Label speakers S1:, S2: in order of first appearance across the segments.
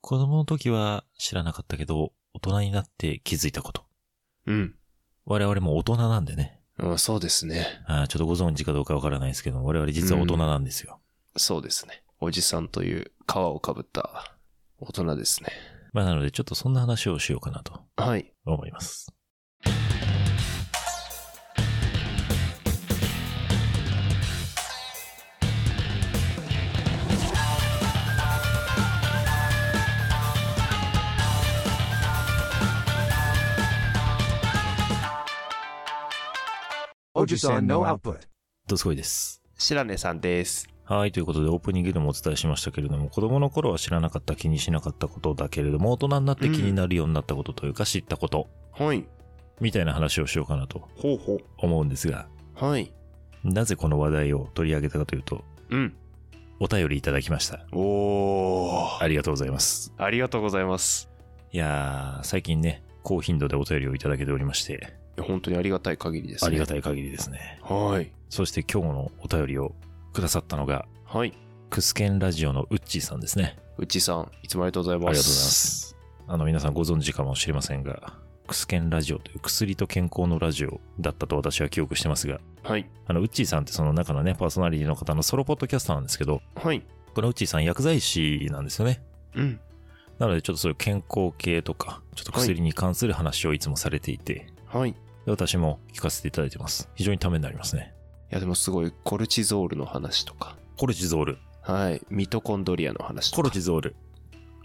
S1: 子供の時は知らなかったけど、大人になって気づいたこと。
S2: うん。
S1: 我々も大人なんでね。
S2: うん、そうですね。
S1: あーちょっとご存知かどうかわからないですけど、我々実は大人なんですよ。
S2: そうですね。おじさんという皮をかぶった大人ですね。
S1: まあなのでちょっとそんな話をしようかなと
S2: はい。
S1: 思います。
S3: Ojisan no output.
S1: どすこいです。
S2: 白根さんです。
S1: はい。ということで、オープニングでもお伝えしましたけれども、子供の頃は知らなかった、気にしなかったことだけれども、大人になって気になるようになったことというか、知ったこと、
S2: はい。
S1: みたいな話をしようかなと
S2: ほうほう。
S1: 思うんですが、
S2: はい。
S1: なぜこの話題を取り上げたかというと、
S2: うん。
S1: お便りいただきました。
S2: おー。
S1: ありがとうございます。
S2: ありがとうございます。
S1: いやー、最近ね、高頻度でお便りをいただけておりまして、
S2: 本当にありがたい限りですね。
S1: ありがた
S2: い。
S1: い限りですね。
S2: はい。
S1: そして今日のお便りをくださったのが、
S2: はい。
S1: クスケンラジオのウッチーさんですね。
S2: うちさん、いつもありがとうございま
S1: ありがとう
S2: す。
S1: ございま。す。あの、皆さんご存知かもしれませんが、クスケンラジオという薬と健康のラジオだったと私は記憶してますが、
S2: はい。
S1: あの、ウッチーさんってその中のね、パーソナリティの方のソロポッドキャスターなんですけど、
S2: はい。
S1: このウッチーさん薬剤師なんですよね。
S2: うん。
S1: なのでちょっとそういう健康系とか、ちょっと薬に関する話をいつもされていて、
S2: はい。い
S1: で私も聞かせていただいてます。非常にためになりますね。
S2: や、でもすごい、コルチゾールの話とか。
S1: コルチゾール。
S2: はい。ミトコンドリアの話と
S1: コ
S2: か。
S1: ルチゾール。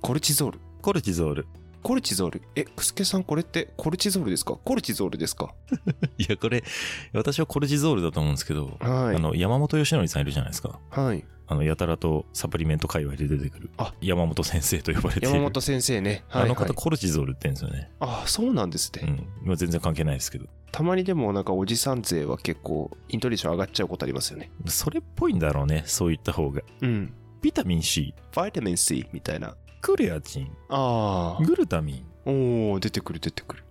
S2: コルチゾール。
S1: コルチゾール。
S2: コルチゾール。え、クスケさん、これってコルチゾールですかコルチゾールですか
S1: いや、これ、私はコルチゾールだと思うんですけど、
S2: は
S1: あの、山本義則さんいるじゃないですか。
S2: はい。
S1: あの、やたらとサプリメント界隈で出てくる。
S2: あ
S1: 山本先生と呼ばれている。
S2: 山本先生ね。
S1: あ
S2: はい、はい。
S1: の方、コルチゾールって言うんですよね。
S2: あ、そうなんですね。
S1: うん。今全然関係ないですけど。
S2: たまにでも、なんか、おじさん勢は結構、イントネーション上がっちゃうことありますよね。
S1: それっぽいんだろうね。そういった方が。
S2: うん。
S1: ビタミン C、
S2: バイタミン C みたいな。
S1: クレアチン、
S2: あ
S1: グルタミン。
S2: あ。おお出てくる出てくる。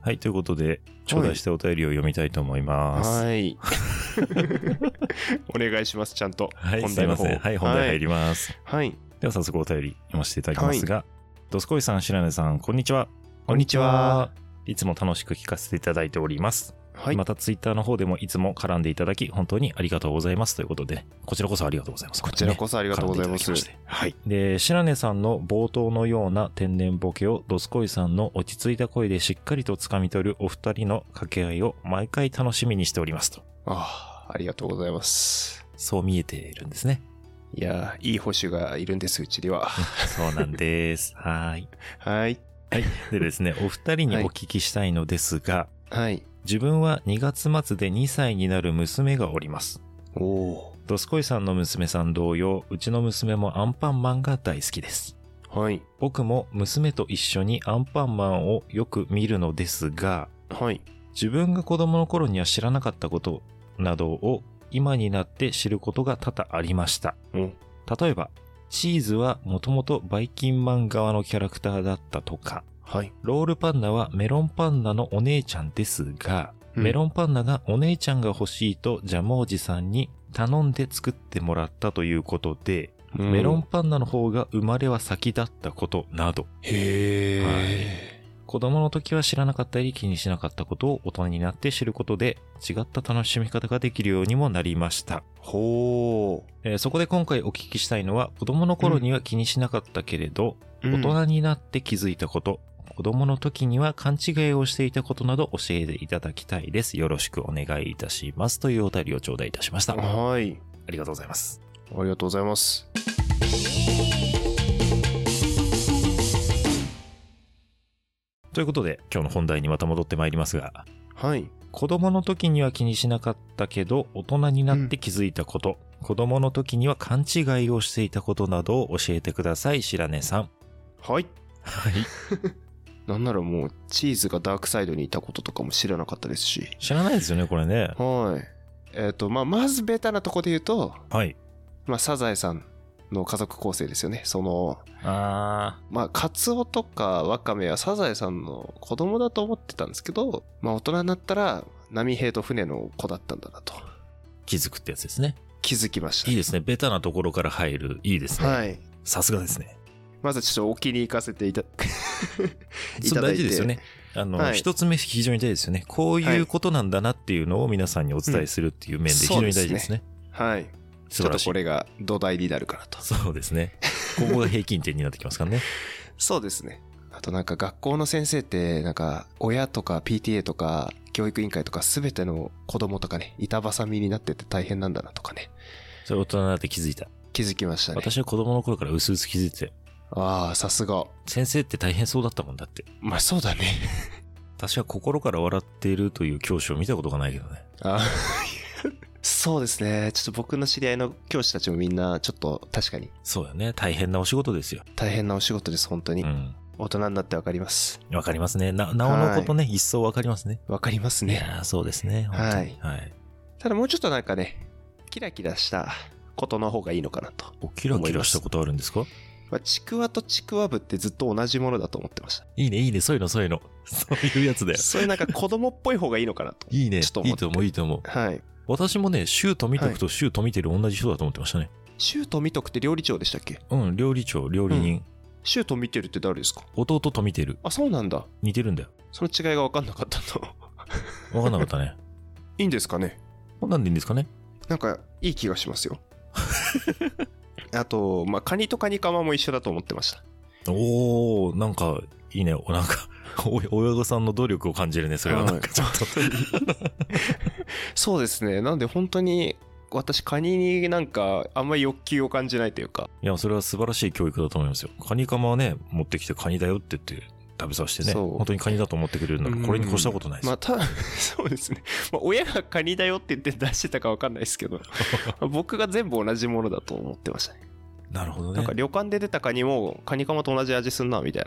S1: はい、ということで、頂戴したお便りを読みたいと思います。はい。
S2: い。お願いします、ちゃんと。
S1: すいません。はい、本題入
S2: り。
S1: ります。
S2: はい。
S1: では、早速お便り読ませていただきますが、ドスコイさん、白根さん、こんにちは。
S2: こんにちは。
S1: いつも楽しく聞かせていただいております。
S2: はい。
S1: またツイッターの方でもいつも絡んでいただき、本当にありがとうございますということで、こちらこそありがとうございます。
S2: こちらこそあり
S1: そ
S2: がとうございます。
S1: はい。で、白根さんの冒頭のような天然ボケをドスコイさんの落ち着いた声でしっかりと掴み取るお二人の掛け合いを毎回楽しみにしておりますと。
S2: ああ、ありがとうございます。
S1: そう見えているんですね。
S2: いやー、いい保守がいるんです、うちには。
S1: そうなんです。はい。
S2: はい。
S1: でですね、お二人にお聞きしたいのですが、
S2: はい。
S1: 自分は2月末で2歳になる娘がおります。
S2: おお
S1: ドスコイさんの娘さん同様、うちの娘もアンパンマンが大好きです。
S2: はい。
S1: 僕も娘と一緒にアンパンマンをよく見るのですが、
S2: はい。
S1: 自分が子供の頃には知らなかったことなどを今になって知ることが多々ありました。
S2: お
S1: 例えば、チーズはもともとバイキンマン側のキャラクターだったとか、
S2: はい。
S1: ロールパンナはメロンパンナのお姉ちゃんですが、
S2: うん
S1: メロンパンナがお姉ちゃんが欲しいとジャムおじさんに頼んで作ってもらったということで、メロン。パンナの方が生まれは先だったことなど、
S2: へ
S1: は
S2: え。
S1: 子供の時は知らなかったり気にしなかったことを大人になって知ることで違った楽しみ方ができるようにもなりました。
S2: ほ
S1: えーそこで今回お聞きしたいのは子供の頃には気にしなかったけれど、
S2: う。
S1: 大人になって気づいたこと、子供の時には勘違いをしていたことなど教えていただきたいです。よろしくお願いいたします。というお便りを頂戴いたしました。あ
S2: はい。
S1: りがとうございます。
S2: ありがとうございます。
S1: ということで、今日の本題にまた戻ってまいりますが、
S2: はい。
S1: 子供の時には気にしなかったけど、大人になって気づいたこと、子供の時には勘違いをしていたことなどを教えてください、白根さん。
S2: はい。
S1: はい。
S2: なんならもう、チーズがダークサイドにいたこととかも知らなかったですし。
S1: 知らないですよね、これね。
S2: はい。えっ、と、まあ、まずベタなとこで言うと、
S1: はい。
S2: まあ、サザエさんの家族構成ですよね。その、
S1: あ
S2: まあ、カツオとかワカメはサザエさんの子供だと思ってたんですけど、まあ、大人になったら、波平と船の子だったんだなと。
S1: ー、気づくってやつですね。
S2: 気づきました。
S1: いいですね。ベタなところから入る。いいですね。
S2: はい。
S1: さすがですね。
S2: まずちょっと沖に行かせていた い
S1: そ
S2: た
S1: れ
S2: だ
S1: 大
S2: い
S1: 事
S2: て
S1: ですよね。あの、
S2: はい
S1: 一つ目非常に大事ですよね。こういうことなんだなっていうのを皆さんにお伝えするっていう面で非常に大事ですね。
S2: はい
S1: 素
S2: ち
S1: 晴
S2: ょっ
S1: ら
S2: と
S1: しい。
S2: これが土台になるかなと
S1: そうですね。ここが平均点になってきますからね。
S2: そうですねあとなんか学校の先生ってなんか親とか PTA とか教育委員会とか全ての子供とかね板挟みになってて大変なんだなとかね
S1: それ大人になって気づいた。
S2: 気づきましたね
S1: 私は子供の頃から薄々気づいてて、
S2: ああさすが
S1: 先生って大変そうだったもんだって。
S2: まあそうだね
S1: 私は心から笑っているという教師を見たことがないけどね。
S2: あそうですねちょっと僕の知り合いの教師たちもみんなちょっと確かに
S1: そうよね。大変なお仕事ですよ。
S2: 大変なお仕事です本当に、
S1: うん。
S2: 大人になってわかります
S1: わかりますね。な、なおのことね、一層わかりますね。
S2: わかります
S1: い
S2: ね
S1: やーそうですね。本当に。はい。
S2: ただもうちょっとなんかねキラキラしたことの方がいいのかなと、
S1: おキラキラしたことあるんですか
S2: まあ、ちくわとちくわぶってずっと同じものだと思ってました
S1: いいね、いいね、そういうの、そういうの。 そういうやつだよ。
S2: そういうなんか子供っぽい方がいいのかなと
S1: いいね。い
S2: ちょっと思って
S1: いと思う、いいと思う。
S2: はい
S1: 私もね、シュート見とくとシュート見てる同じ人だと思ってましたね。
S2: シュート見とくって料理長でしたっけ
S1: うん、料理長、料理人。
S2: シュート見てるって誰ですか
S1: 弟と見てる。
S2: あそうなんだ
S1: 似てるんだよ。
S2: その違いが分かんなかったと
S1: わかんなかった ね。
S2: いいんですかね
S1: こんなんでいいんですかね
S2: なんかいい気がしますよ あと、まあ、カニとカニカマも一緒だと思ってました
S1: おー、なんか、いいね。おなんか、お親御さんの努力を感じるね、それは。
S2: はい
S1: なんかちょっと。
S2: そうですねなんで本当に私カニになんかあんまり欲求を感じないというか、
S1: いや、それは素晴らしい教育だと思いますよ。カニカマはね、持ってきてカニだよって言って食べさせてね、
S2: そう
S1: 本当にカニだと思ってくれるんだから、これに越したことないです。
S2: まあた そうですね、まあ、親がカニだよって言って出してたか分かんないですけど僕が全部同じものだと思ってましたね
S1: なるほど
S2: なん
S1: ね
S2: か。旅館で出たカニもカニカマと同じ味すんなみたい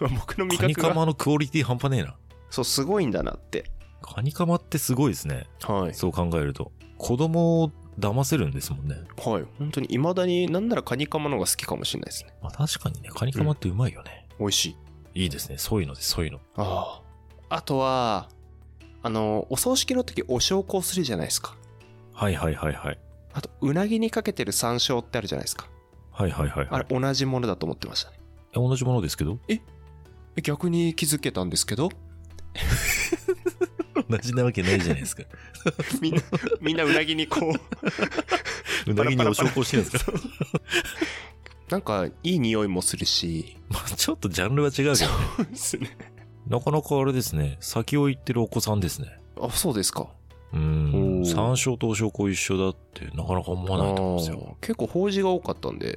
S2: な 僕の味
S1: カニ
S2: 覚
S1: カ
S2: が
S1: マのクオリティ半端ねえな。
S2: そうすごいんだなって
S1: カニカマってすごいですね。
S2: はい
S1: そう考えると。子供を騙せるんですもんね。
S2: はい本当にいまだになんならカニカマの方が好きかもしれないですね
S1: まあ確かにね、カニカマってうまいよね。
S2: 美味しい
S1: いいですね。そういうのです、そういうの。
S2: あああとはあのお葬式の時お焼香するじゃないですか
S1: はいはいはいはい。
S2: あとうなぎにかけてる山椒ってあるじゃないですか
S1: はいはいはい、は
S2: あ
S1: い
S2: れ。同じものだと思ってましたね
S1: え同じものですけど
S2: 逆に気づけたんですけど
S1: 同じなわけないじゃないです か。
S2: みんなみんなうなぎにこう
S1: うなぎにお焼香してるんですか
S2: なんかいい匂いもするし
S1: まあちょっとジャンルは違うけど、ね、
S2: そうですね
S1: なかなかあれですね、先を行ってるお子さんですね。
S2: あそうですか
S1: うー
S2: お
S1: ん。
S2: ー
S1: 山椒とお焼香一緒だって、なかなか思わないと思うんですよ。
S2: あー結構法事が多かったんで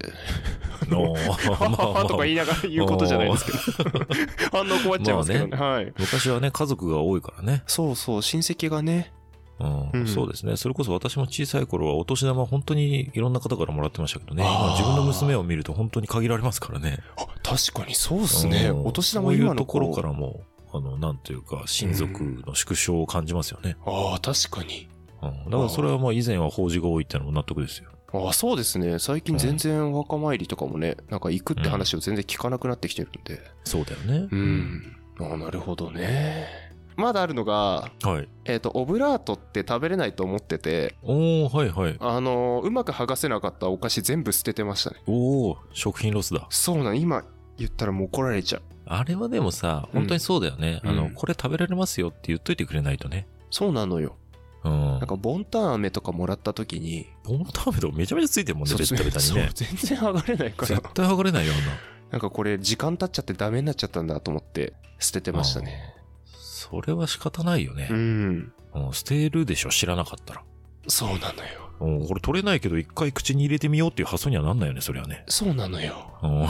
S1: おー まあまあまあ
S2: とか言いながら言うことじゃないですけど 反応困っちゃいますけどね,、はい
S1: 昔はね、家族が多いからね。
S2: そうそう親戚がね
S1: うん、
S2: うん
S1: そうですね。それこそ私も小さい頃はお年玉本当にいろんな方からもらってましたけどね。
S2: あ
S1: 今
S2: ー
S1: 自分の娘を見ると本当に限られますからね。
S2: あ確かにそうですね
S1: うん
S2: お年
S1: そ
S2: 玉
S1: うい
S2: 今
S1: う
S2: の
S1: とこ
S2: 頃
S1: ろ
S2: か
S1: かららも、あの、なんというか、親族の縮小を感じますよね。
S2: ああ確かに
S1: うん。だからそれはまあ以前は法事が多いってのも納得ですよ。
S2: ああそうですね最近全然お墓参りとかもねなんか行くって話を全然聞かなくなってきてるんで
S1: そうだよね。
S2: うん、ああなるほどねまだあるのが
S1: はい。
S2: えっ、とオブラートって食べれないと思ってて
S1: おー、はいはい。
S2: あのうまく剥がせなかったお菓子全部捨ててましたね
S1: おー、食品ロスだ。
S2: そうなん今言ったらもう怒られちゃう
S1: あれはでもさ、本当にそうだよね。
S2: うん
S1: あ
S2: う
S1: の、
S2: ん
S1: これ食べられますよって言っといてくれないとね。
S2: そうなのよ
S1: うん
S2: なん。かボンタン飴とかもらった時に
S1: ボンタンメとかめちゃめちゃついてるもんね、
S2: そう
S1: ベッタベタに
S2: そう
S1: ね。
S2: 全然剥がれないから
S1: 絶対剥がれないよ、あんな。
S2: なんかこれ時間経っちゃってダメになっちゃったんだと思って捨ててましたね
S1: それは仕方ないよね
S2: う。ん
S1: うん、捨てるでしょ、知らなかったら。
S2: そうなのよ
S1: うん、これ取れないけど、一回口に入れてみようっていう発想にはなんないよね、それはね。
S2: そうなのよ
S1: うん。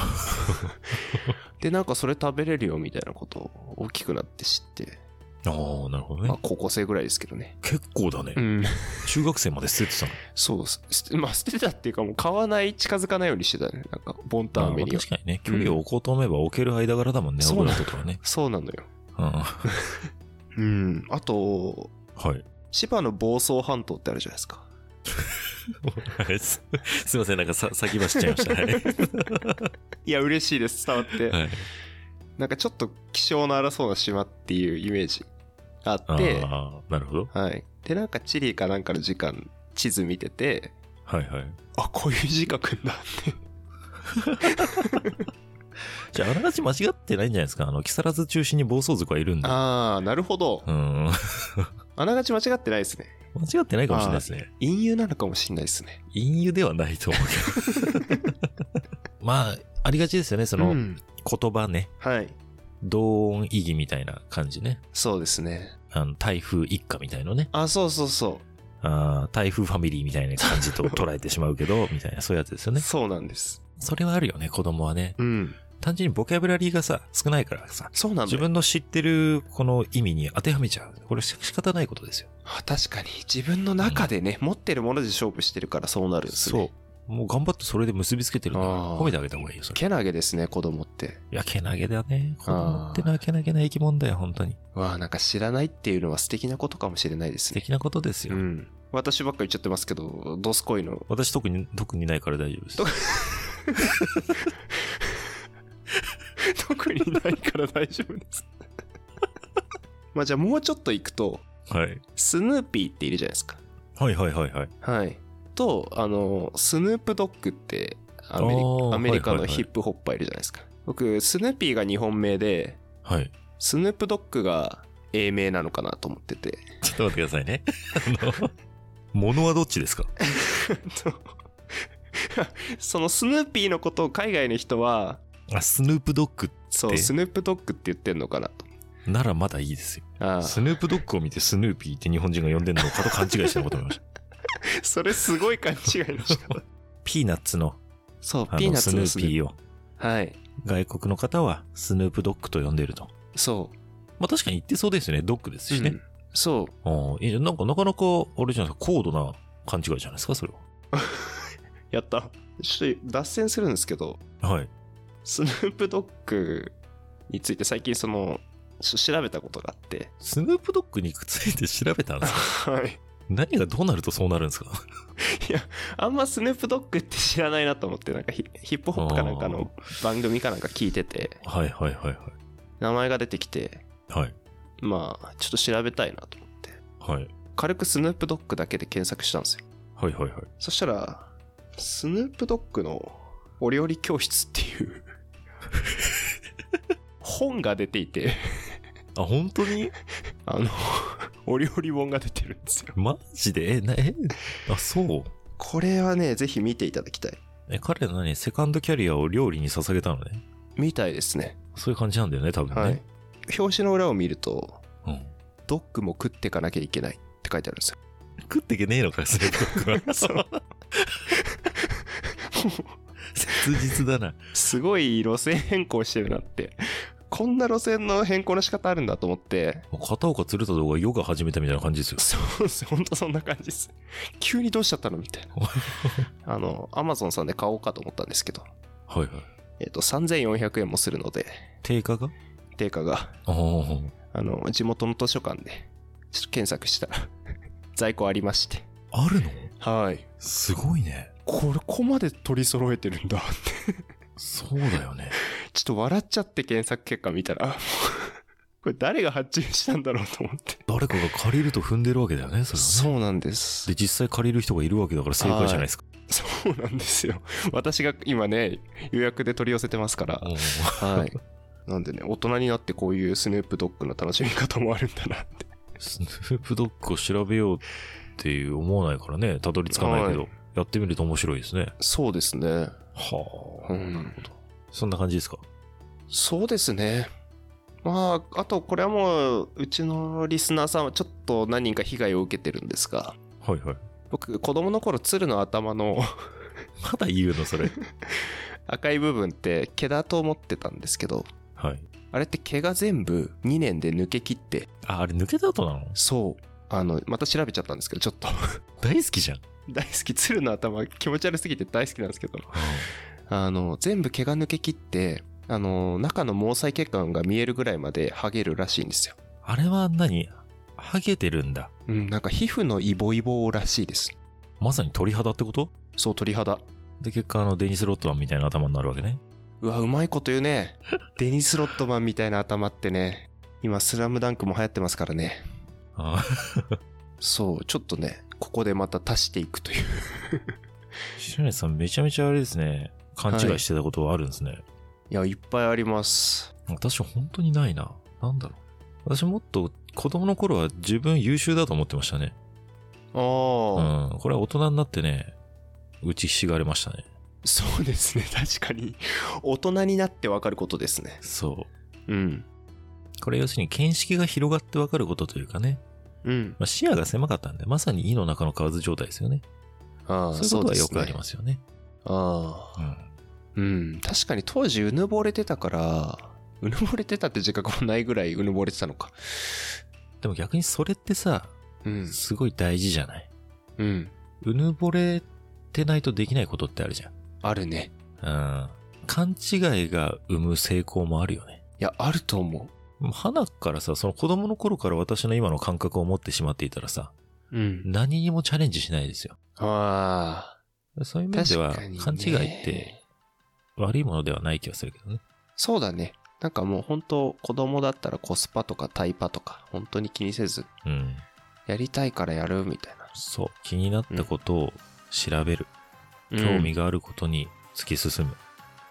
S2: でなんかそれ食べれるよみたいなことを大きくなって知って、
S1: ああ、なるほど
S2: まあ
S1: ね。
S2: 高校生ぐらいですけどね
S1: 結構だね
S2: う。ん
S1: 中学生まで捨ててたの。
S2: そうす捨てまあ捨てたっていうかもう買わない近づかないようにしてたねなんかボンタン
S1: ま
S2: 飴
S1: あ
S2: には
S1: 確かにね、距離を置こうと思えば置ける間柄だもんね、
S2: そう
S1: オ
S2: な
S1: ブ
S2: の
S1: ラートとはね。
S2: そうなのよ
S1: うん。は
S2: うんあと
S1: い。
S2: 千葉の房総半島ってあるじゃないですか
S1: すすいません、なんかさ先走っちゃいました。はい
S2: いや嬉しいです伝わって
S1: はい。
S2: なんかちょっと気性の荒そうな島っていうイメージあって
S1: ああ、なるほど。
S2: はいでなんかチリかなんかの時間地図見てて
S1: はいはい。
S2: あこういう字書くんだって
S1: じゃあ、あながち間違ってないんじゃないですか。あの、木更津中心に暴走族はいるんで。
S2: ああ、なるほど
S1: う。ん。間
S2: あながち間違ってないですね。
S1: 違ってないかもしれないですね。
S2: 隠喩なのかもしれないですね。
S1: 隠喩ではないと思うけど。 まあ、ありがちですよね。その、
S2: うん
S1: 言葉ね。
S2: はい。
S1: 同音異義みたいな感じね。
S2: そうですね。
S1: あの、台風一家みたいのね。
S2: あ、そうそうそ
S1: あー台風ファミリーみたいな感じ と捉えてしまうけど、みたいな、そういうやつですよ
S2: う。
S1: ね。
S2: そうなんです。
S1: それはあるよね、子供はね。
S2: うん。
S1: 単純にボキャブラリーがさ、少ないからさ、
S2: そうなんだ
S1: 自
S2: よ。
S1: 分の知ってるこの意味に当てはめちゃう。これ仕方ないことですよ。
S2: あ確かに自分の中でね、持ってるもので勝負してるからそうなるんですね。
S1: う。もう頑張ってそれで結びつけてるから、
S2: あー
S1: 褒めてあげた方がいいよ、それ。
S2: けなげですね、子供って。
S1: いや、けなげだね。子供ってのはけなげな生き物だよ、本当に。
S2: わあ、なんか知らないっていうのは素敵なことかもしれないです
S1: 素
S2: ね。
S1: 敵なことです
S2: う
S1: よ。
S2: ん。私ばっか言っちゃってますけど、ドスコイの。
S1: 私特に、特にないから大丈夫です。
S2: 特にないから大丈夫です。 まあじゃあもうちょっと行くと、
S1: はい。
S2: スヌーピーっているじゃないですか。
S1: はいはいはいはい。
S2: はい。と、あの、スヌープドッグってアメリ
S1: あー
S2: アメリカ
S1: はいは
S2: の
S1: いはい
S2: ヒップホッパーいるじゃないですか。僕、スヌーピーが日本名で、
S1: はい。
S2: スヌープドッグが英名なのかなと思ってて。
S1: ちょっと待ってくださいね。あ の、物はどっちですか
S2: と そのスヌーピーのことを海外の人は、
S1: あ、スヌープドッグ
S2: そ
S1: で
S2: う、スヌープドッグって言ってんのかなと。
S1: ならまだいいですよ。
S2: ああ
S1: スヌープドッグを見てスヌーピーって日本人が呼んでるのかと勘違いしたこと思いま した。
S2: それすごい勘違いの仕方。
S1: ピーナッツの、
S2: そう
S1: あ、
S2: ピー
S1: の、
S2: ナッ
S1: ス
S2: ツ
S1: ヌ
S2: の
S1: ーピーを、
S2: はい。
S1: 外国の方はスヌープドッグと呼んでると。
S2: そう。
S1: まあ確かに言ってそうですよね。ドッグですし
S2: う
S1: ね
S2: ん。そう。
S1: うん、いいじゃんなんかなかなか、あれじゃないですか、高度な勘違いじゃないですか、それ
S2: やった。ちょっと脱線するんですけど、
S1: は。はい。
S2: スヌープドッグについて最近その、ちょ調べたことがあって。
S1: スヌープドッグにくっついて調べたんですか
S2: はい。
S1: 何がどうなるとそうなるんですか
S2: あんまスヌープドッグって知らないなと思って、なんかヒヒップホップかなんかの番組かなんか聞いてて、
S1: はいはいはい
S2: 名前が出てきて、
S1: はい。はい。
S2: まあ、ちょっと調べたいなと思って。
S1: はい。
S2: 軽くスヌープドッグだけで検索したんですよ。
S1: はいはいはい。
S2: そしたら、スヌープドッグのお料理教室っていう 本が出ていて、
S1: あ、本当 に
S2: あの、 お料理本が出てるんですよ。
S1: マジでえ、な、え、あ、そう。
S2: これはね、ぜひ見ていただきたい。
S1: え、彼の何セカンドキャリアを料理に捧げたのね。
S2: みたいですね。
S1: そういう感じなんだよね、多分ね。
S2: はい。表紙の裏を見ると、
S1: うん。
S2: ドッグも食っていかなきゃいけないって書いてあるんです よ。
S1: 食ってけねえのか、ス ヌープドッグは。
S2: そう
S1: 切実だな。
S2: すごい路線変更してるなって。こんな路線の変更の仕方あるんだと思って、
S1: もう片岡鶴太郎がヨガ始めたみたいな感じですよ。
S2: そうですほんとそんな感じです。急にどうしちゃったのみたいな。 あの、アマゾンさんで買おうかと思ったんですけど、
S1: はいはい。
S2: えっ、と、3400円もするので、
S1: 定価が
S2: 定価が、
S1: ああ。
S2: あの、地元の図書館で、ちょっと検索したら、 在庫ありまして。
S1: あるの
S2: はい。
S1: すごいね。
S2: これ、ここまで取り揃えてるんだって。
S1: そうだよね。
S2: ちょっと笑っちゃって検索結果見たら、あもうこれ誰が発注したんだろうと思って。
S1: 誰かが借りると踏んでるわけだよね、それはね。
S2: うなんです
S1: で、実際借りる人がいるわけだから正解じゃないですか。
S2: そうなんですよ。私が今ね、予約で取り寄せてますから。
S1: うん
S2: はい。なんでね、大人になってこういうスヌープドッグの楽しみ方もあるんだなって。
S1: スヌープドッグを調べようっていう思わないからね、たどり着かないけど、
S2: は
S1: やってみると面白いですね。
S2: そうですね。
S1: は
S2: う
S1: あ、
S2: ん
S1: なるほど。そんな感じですか
S2: そうですね。まあ、あとこれはもう、うちのリスナーさんはちょっと何人か被害を受けてるんですが、
S1: はいはい。
S2: 僕、子供の頃、鶴の頭の
S1: まだ言うの、それ。
S2: 赤い部分って毛だと思ってたんですけど、
S1: はい。
S2: あれって毛が全部2年で抜け切って、
S1: あ、あれ抜けた後なの
S2: そう。あの、また調べちゃったんですけど、ちょっと
S1: 大好きじゃん。
S2: 大好き、鶴の頭気持ち悪すぎて大好きなんですけど、あの、全部毛が抜け切って、あの、中の毛細血管が見えるぐらいまで剥げるらしいんですよ。
S1: あれは何ハゲてるんだ。
S2: うん、なんか皮膚のイボイボらしいです。
S1: まさに鳥肌ってこと
S2: そう、鳥肌。
S1: で、結果、あの、デニス・ロットマンみたいな頭になるわけね。
S2: うわ、うまいこと言うね。デニス・ロットマンみたいな頭ってね、今、スラムダンクも流行ってますからね。
S1: あ あ
S2: そう、ちょっとね、ここでまた足していくという。
S1: 白根さん、めちゃめちゃあれですね。勘違いしてたことはあるんですね。
S2: いいや、いっぱいあります。
S1: 私本当にないな。なんだろう。私もっと子供の頃は自分優秀だと思ってましたね。
S2: あ
S1: う
S2: あ、
S1: ん。これは大人になってね、打ちひしがれましたね。
S2: そうですね。確かに。大人になってわかることですね。
S1: そ
S2: うん。
S1: う。これ要するに見識が広がってわかることというかね。
S2: うん。
S1: まあ、視野が狭かったんで、まさに井の中の蛙状態ですよね。
S2: ああ、
S1: そういうことはよくあり
S2: すね。
S1: ますよね。
S2: ああ。
S1: うん。
S2: うん。確かに当時、うぬぼれてたから、うぬぼれてたって自覚もないぐらい、うぬぼれてたのか。
S1: でも逆にそれってさ、
S2: うん。
S1: すごい大事じゃない
S2: うん。
S1: うぬぼれてないとできないことってあるじゃ
S2: あるね。
S1: ん。うん。勘違いが生む成功もあるよね。
S2: いや、あると思
S1: もう花からさ、その子供の頃から私の今の感覚を持ってしまっていたらさ、
S2: う。うん。
S1: 何にもチャレンジしないですよ。
S2: あ
S1: そういう面
S2: あ。
S1: で
S2: 確
S1: は
S2: かに、ね。
S1: 勘違いって。悪いものではない気がするけどね。
S2: そうだね。なんかもう本当子供だったらコスパとかタイパとか本当に気にせず
S1: うん。
S2: やりたいからやるみたい
S1: そう。気になったことを調べる。
S2: な。
S1: 興味があることに突き進む。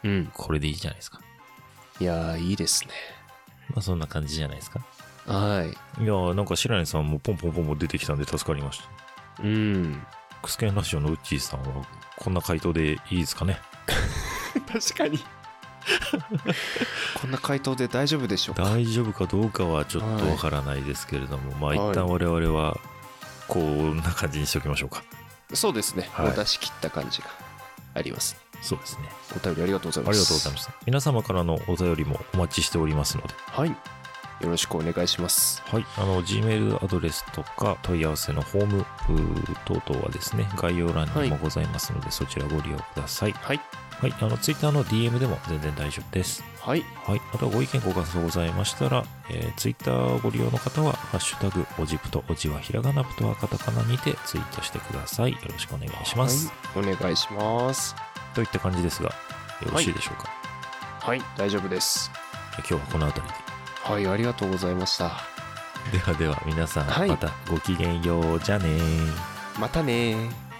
S2: うん。うん。
S1: これでいいじゃないですか。
S2: いやーいいですね。
S1: まあそんな感じじゃないですか。
S2: はい
S1: やーなんか白根さんもポンポンポンポン出てきたんで助かりました。
S2: い。うん。
S1: クスケンラジオのウッチーさんはこんな回答でいいですかね
S2: 確かに。こんな回答で大丈夫でしょうか。
S1: 大丈夫かどうかはちょっとわからないですけれども、まあ一旦我々はこんな感じにしておきましょうか。
S2: そうですね。
S1: はい
S2: もう出し切った感じがあります。
S1: そうですね。
S2: お便りありがとうござい
S1: あ
S2: ま
S1: り
S2: す。
S1: がとうございました。皆様からのお便りもお待ちしておりますので、
S2: す。はい。よろしくお願いします。
S1: はい、あの Gmail アドレスとか問い合わせのフォームうー等々はですね、概要欄にもございますので、そちらご利用ください。
S2: はい。
S1: はい、あの Twitter の DM でも全然大丈夫です。
S2: はい。
S1: はい、あとはご意見ご感想ございましたら、えー、ツイッターをご利用の方は、ハッシュタグ、おじぷと、おじはひらがな、ぷとはカタカナにてツイートしてください。よろしくお願いします。
S2: はい。お願いします。
S1: といった感じですが、よろしいでしょうか。
S2: はい。大丈夫です。
S1: 今日はこの辺り
S2: はい。ありがとうございました。
S1: で。ではでは、皆さん、
S2: はい
S1: またごきげんよう。じゃあねー。
S2: またねー。